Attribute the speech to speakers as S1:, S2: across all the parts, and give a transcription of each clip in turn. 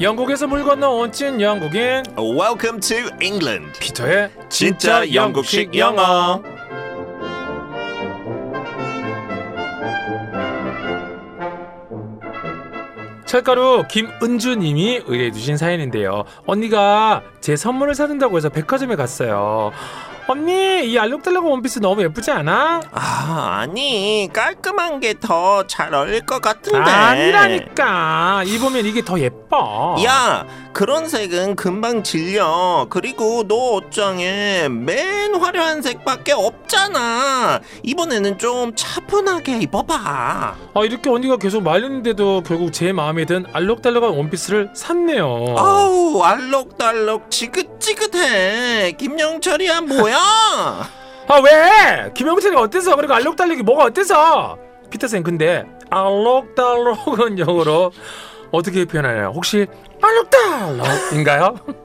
S1: 영국에서 물 건너 온친 영국인
S2: Welcome to England.
S1: 피터의
S2: 진짜 영국식 영어.
S1: 철가루 김은주님이 의뢰해주신 사연인데요. 언니가 제 선물을 사준다고 해서 백화점에 갔어요. 언니 이 알록달록 원피스 너무 예쁘지 않아?
S2: 아, 아니 깔끔한 게 더 잘 어울릴 것 같은데.
S1: 아니라니까 입으면 이게 더 예뻐.
S2: 야, 그런 색은 금방 질려. 그리고 너 옷장에 맨 화려한 색밖에 없잖아. 이번에는 좀 차분하게 입어봐.
S1: 아 이렇게 언니가 계속 말리는데도 결국 제 마음에 든 알록달록한 원피스를
S2: 어.
S1: 샀네요.
S2: 아우, 알록달록 지긋지긋해. 김영철이야 뭐야?
S1: 아 왜? 김영철이 어때서? 그리고 알록달록이 뭐가 어때서? 피터쌤 근데 알록달록은 영어로 어떻게 표현하나요? 혹시 알록달록인가요?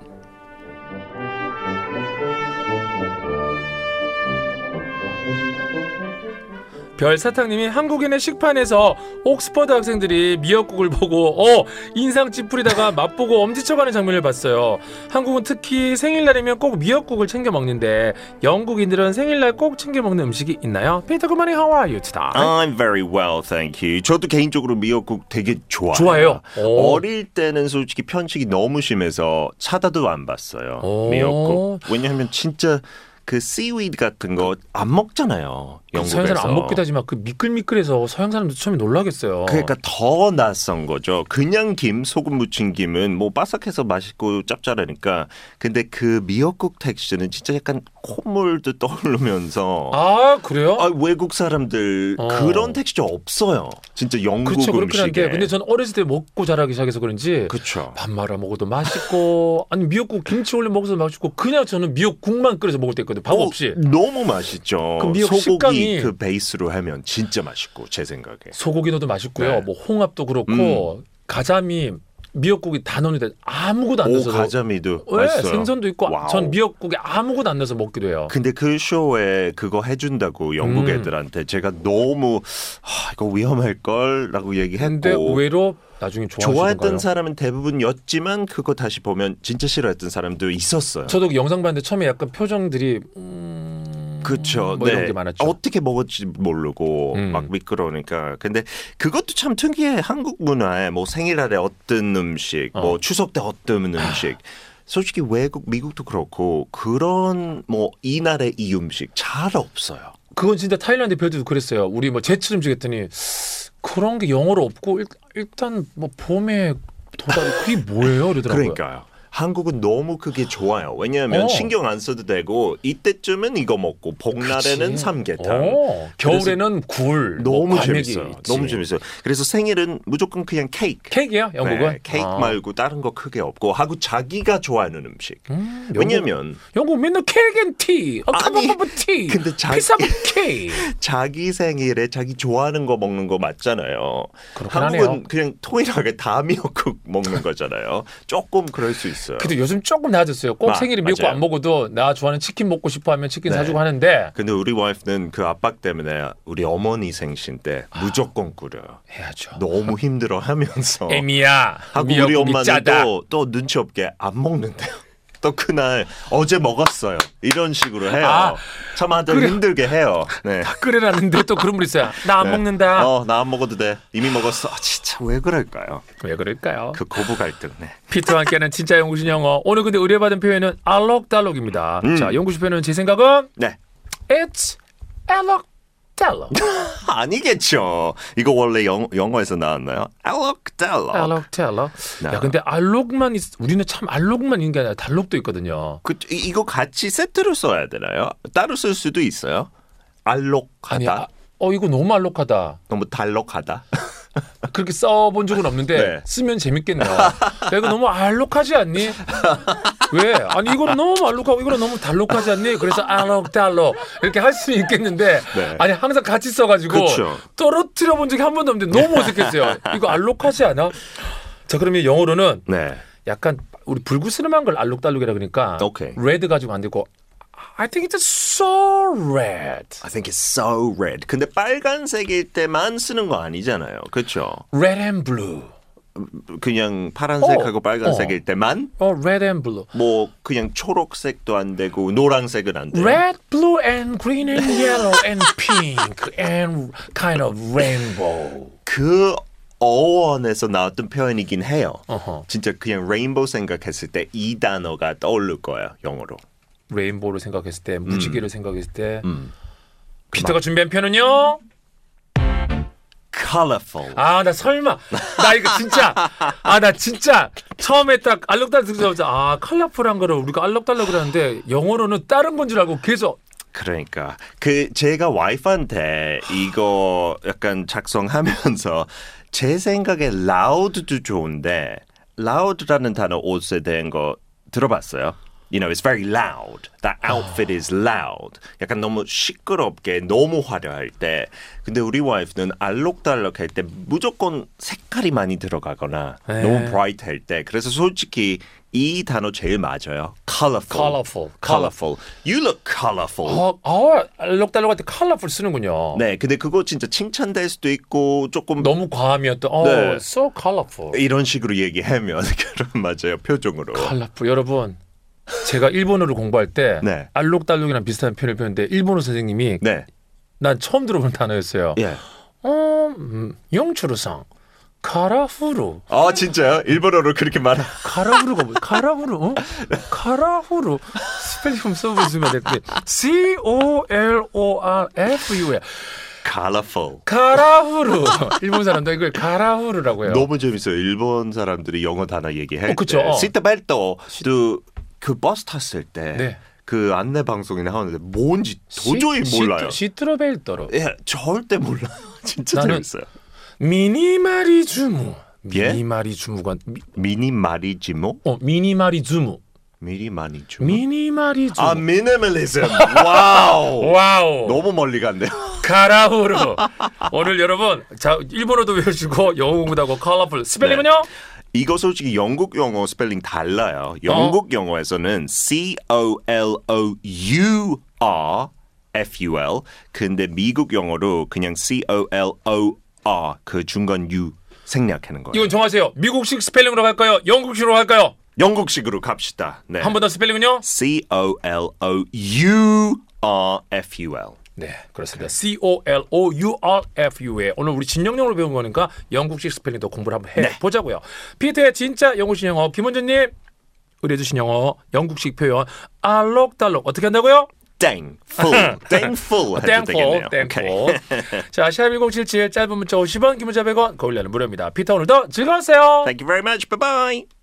S1: 별사탕님이 한국인의 식판에서 옥스퍼드 학생들이 미역국을 보고 어 인상 찌푸리다가 맛보고 엄지쳐가는 장면을 봤어요. 한국은 특히 생일날이면 꼭 미역국을 챙겨 먹는데 영국인들은 생일날 꼭 챙겨 먹는 음식이 있나요? 피터 그만이 how are you today?
S2: I'm very well, thank you. 저도 개인적으로 미역국 되게 좋아요.
S1: 좋아요. 그 오.
S2: 어릴 때는 솔직히 편식이 너무 심해서 찾아도 안 봤어요.
S1: 오.
S2: 미역국. 왜냐하면 진짜 그 씨위드 같은 거 안 먹잖아요. 영국에서.
S1: 서양 사람 그 안 먹기도 하지만 그 미끌미끌해서 서양 사람도 처음에 놀라겠어요.
S2: 그러니까 더 낯선 거죠. 그냥 김, 소금 무친 김은 뭐 바삭해서 맛있고 짭짤하니까. 근데 그 미역국 텍스처는 진짜 약간 콧물도 떠오르면서
S1: 아 그래요?
S2: 아, 외국 사람들
S1: 어.
S2: 그런 텍스처 없어요. 진짜 영국
S1: 그렇죠 그렇긴
S2: 음식에.
S1: 한데 근데 전 어렸을 때 먹고 자라기 시작해서 그런지
S2: 그렇죠.
S1: 밥 말아 먹어도 맛있고 아니 미역국 김치 올려 먹어도 맛있고 그냥 저는 미역국만 끓여서 먹을 때 있거든요 밥
S2: 어,
S1: 없이
S2: 너무 맛있죠.
S1: 그 미역
S2: 소고기
S1: 식감이-
S2: 그 베이스로 하면 진짜 맛있고 제 생각에.
S1: 소고기 넣어도 맛있고요
S2: 네. 음.
S1: 뭐 홍합도 그렇고 가자미 미역국이 다 넣는데 아무것도 안
S2: 오
S1: 넣어서
S2: 가자미도
S1: 예,
S2: 맛있어요.
S1: 생선도 있고
S2: 와우.
S1: 전 미역국에 아무것도 안 넣어서 먹기도 해요
S2: 근데 그 쇼에 그거 해준다고
S1: 음.
S2: 영국 애들한테 제가 너무 하, 이거 위험할 걸라고
S1: 근데
S2: 얘기했고
S1: 의외로 나중에 좋아하시던가요
S2: 좋아했던 사람은 대부분이었지만 그거 다시 보면 진짜 싫어했던 사람도 있었어요.
S1: 저도 그 영상 봤는데 처음에 약간 표정들이 음...
S2: 그렇죠.
S1: 뭐 이런 게 많았죠
S2: 어떻게 먹을지 모르고
S1: 음.
S2: 막 미끄러우니까. 근데 그것도 참 특이해. 한국 문화에 뭐 생일날에 어떤 음식, 뭐 추석 때 어떤 음식. 솔직히 외국 미국도 그렇고 그런 뭐 이날의 이 음식 잘 없어요.
S1: 그건 진짜 타일란드 별들도 그랬어요. 우리 뭐 제철 음식 했더니 그런 게 영어로 없고 일, 일단 뭐 봄에 도다리 그게 뭐예요? 이러더라고요.
S2: 그러니까요. 한국은 너무 그게 좋아요. 왜냐하면
S1: 어.
S2: 신경 안 써도 되고 이때쯤은 이거 먹고 봄날에는
S1: 그치.
S2: 삼계탕.
S1: 어, 겨울에는 굴.
S2: 너무
S1: 뭐 과메기
S2: 재밌어요.
S1: 있지.
S2: 너무 재밌어요. 그래서 생일은 무조건 그냥 케이크.
S1: 케이크예요, 영국은?
S2: 네, 케이크
S1: 아.
S2: 말고 다른 거 크게 없고 하고 자기가 좋아하는 음식.
S1: 음, 영국-
S2: 왜냐면
S1: 영국 맨날 케이크 앤 티, 어,
S2: 아니,
S1: 카바바바 티,
S2: 근데 자-
S1: 피사바 케이크.
S2: 자기 생일에 자기 좋아하는 거 먹는 거 맞잖아요.
S1: 그렇긴
S2: 한국은
S1: 하네요.
S2: 그냥 통일하게 다 미역국 먹는 거잖아요. 조금 그럴 수 있어요.
S1: 근데 요즘 조금 나아졌어요. 꼭
S2: 마-
S1: 생일에 미역국
S2: 맞아요.
S1: 안 먹어도 나 좋아하는 치킨 먹고 싶어 하면 치킨
S2: 네.
S1: 사주고 하는데
S2: 근데 우리 와이프는 그 압박 때문에 우리 어머니 생신 때
S1: 아.
S2: 무조건 끓여요.
S1: 해야죠.
S2: 너무 힘들어 하면서
S1: 에미야,
S2: 하고 우리
S1: 미역국이
S2: 엄마는
S1: 짜다.
S2: 또, 또 눈치 없게 안 먹는데요. 또 그날 어제 먹었어요. 이런 식으로 해요.
S1: 아,
S2: 참 아들
S1: 그래.
S2: 힘들게 해요. 네.
S1: 끓여놨는데 또 그런 분 있어요. 나 안 먹는다.
S2: 어, 나 안 먹어도 돼. 이미 먹었어. 아, 진짜 왜 그럴까요?
S1: 왜 그럴까요?
S2: 그 고부 갈등. 네.
S1: 피터와 함께하는 진짜 영구신 영어. 오늘 근데 의뢰받은 표현은 알록달록입니다.
S2: 음.
S1: 자, 영구신 표현은 제 생각은
S2: 네.
S1: it's 알록달록.
S2: 아니겠죠. 이거 원래 영, 영어에서 나왔나요? 알록달록.
S1: 알록달록.
S2: 네.
S1: 야, 근데 알록만 있, 우리는 참 알록만 있는 게 아니라 달록도 있거든요.
S2: 그, 이- 이거 같이 세트로 써야 되나요? 따로 쓸 수도 있어요. 알록하다.
S1: 아니, 아, 어 이거 너무 알록하다.
S2: 너무 달록하다.
S1: 그렇게 써본 적은 없는데
S2: 네.
S1: 쓰면 재밌겠네요. 야, 이거 너무 알록하지 않니? 왜? 아니 이거는 너무 알록하고 이거는 너무 달록하지 않니? 그래서 알록달록 이렇게 할 수 있겠는데
S2: 네.
S1: 아니 항상 같이 써가지고
S2: 그쵸.
S1: 떨어뜨려 본 적이 한 번도 없는데 너무 어색했어요. 이거 알록하지 않아? 자 그러면 영어로는
S2: 네.
S1: 약간 우리 불구스름한 걸 알록달록이라 그러니까
S2: 오케이.
S1: 레드 가지고 안 되고 I think it's so red.
S2: I think it's so red. 근데 빨간색일 때만 쓰는 거 아니잖아요. 그렇죠?
S1: Red and blue.
S2: 그냥 파란색하고
S1: 어,
S2: 빨간색일 때만
S1: 어, red and blue.
S2: 뭐 그냥 초록색도 안 되고 노란색은 안 돼요.
S1: Red, blue, and green, and yellow, and pink, and kind of rainbow.
S2: 그 어원에서 나왔던 표현이긴 해요.
S1: 어허.
S2: 진짜 그냥 레인보우 생각했을 때 이 단어가 떠오를 거예요. 영어로.
S1: 레인보우를 생각했을 때, 무지개를 생각했을 때. 피터가 준비한 표현은요?
S2: colorful.
S1: 아, 나 설마. 나 이거 진짜. 아, 나 진짜. 처음에 딱 알록달록 들으자마자, 아, 컬러풀한 거를 우리가 알록달록 그러는데, 영어로는 다른 건 줄 알고 계속.
S2: 그러니까 그 제가 와이프한테 이거 약간 작성하면서 제 생각에 loud도 좋은데 loud라는 단어 옷에 대한 거 들어봤어요? You know, it's very loud. That outfit is loud. 약간 너무 시끄럽게 너무 화려할 때. 근데 우리 와이프는 알록달록 할 때 무조건 색깔이 많이 들어가거나
S1: 네.
S2: 너무 bright 할 때. 그래서 솔직히 이 단어 제일 맞아요. colorful.
S1: Colourful.
S2: colorful. You look colorful.
S1: 어, 어, 알록달록 할때 컬러풀 쓰는군요.
S2: 네, 근데 그거 진짜 칭찬될 수도 있고 조금
S1: 어. 너무 과하면 또, 어,
S2: 네.
S1: so colorful.
S2: 이런 식으로 얘기하면 그런 맞아요 표정으로.
S1: 컬러풀 여러분 제가 일본어를 공부할 때
S2: 네.
S1: 알록달록이랑 비슷한 표현을 배웠는데 일본어 선생님이
S2: 네,
S1: 난 처음 들어보는 단어였어요.
S2: 예.
S1: 어, 음, 용추르상 카라후루
S2: 아 진짜요? 일본어로 그렇게 말하.
S1: 카라후루가 뭐 카라후루 어? 카라후루 스펠링 좀 써보시면 될게 C O L O R F U 야
S2: colorful.
S1: 카라후루 일본 사람들 이걸 카라후루라고 해요.
S2: 너무 재밌어요. 일본 사람들이 영어 단어 얘기할
S1: 어, 그쵸.
S2: 때.
S1: 어.
S2: 시트벨트도 그 버스 탔을 때.
S1: 네.
S2: 그 안내 방송이 나오는데 뭔지 도저히
S1: 시-
S2: 몰라요.
S1: 시트- 시트로벨더로
S2: 예, 절대 몰라요. 진짜
S1: 나는-
S2: 재밌어요.
S1: 미니마리 주무
S2: 예?
S1: 미니마리 주무가 미-
S2: 미니 마리지모?
S1: 어 미니마리 주무
S2: 미니 마리지모?
S1: 미니마리 주무
S2: 아, 미니멀리즘.
S1: 어.
S2: 와우.
S1: 와우
S2: 너무 멀리 간대요.
S1: 카라후루 오늘 여러분 자 일본어도 외우시고 영어 공부도 하고 컬러풀 스펠링은요
S2: 이거 솔직히 영국 영어 스펠링 달라요. 영국 영어에서는 C O L O U R F U L. 근데 미국 영어로 그냥 C O L O R 그 중간 U 생략하는 거예요.
S1: 이건 정하세요 미국식 스펠링으로 갈까요 영국식으로 갈까요
S2: 영국식으로 갑시다. 네.
S1: 한 번 더 스펠링은요
S2: C O L O U R F U L.
S1: 네 그렇습니다 C O L O U R F U 에 오늘 우리 진영영으로 배운 거니까 영국식 스펠링도 공부를 한번 해 보자고요 피터의 진짜 영국식 영어 김원준님 의뢰주신 영어 영국식 표현 알록달록 어떻게 한다고요?
S2: Dang full. 어, Dang full. 뭐 해도 되겠네요.
S1: 땡포
S2: 오케이.
S1: 땡포 자 샵1077 짧은 문자 50원 긴 문자 100원 거울려는 무료입니다 피터 오늘도 즐거웠어요
S2: Thank you very much. Bye bye.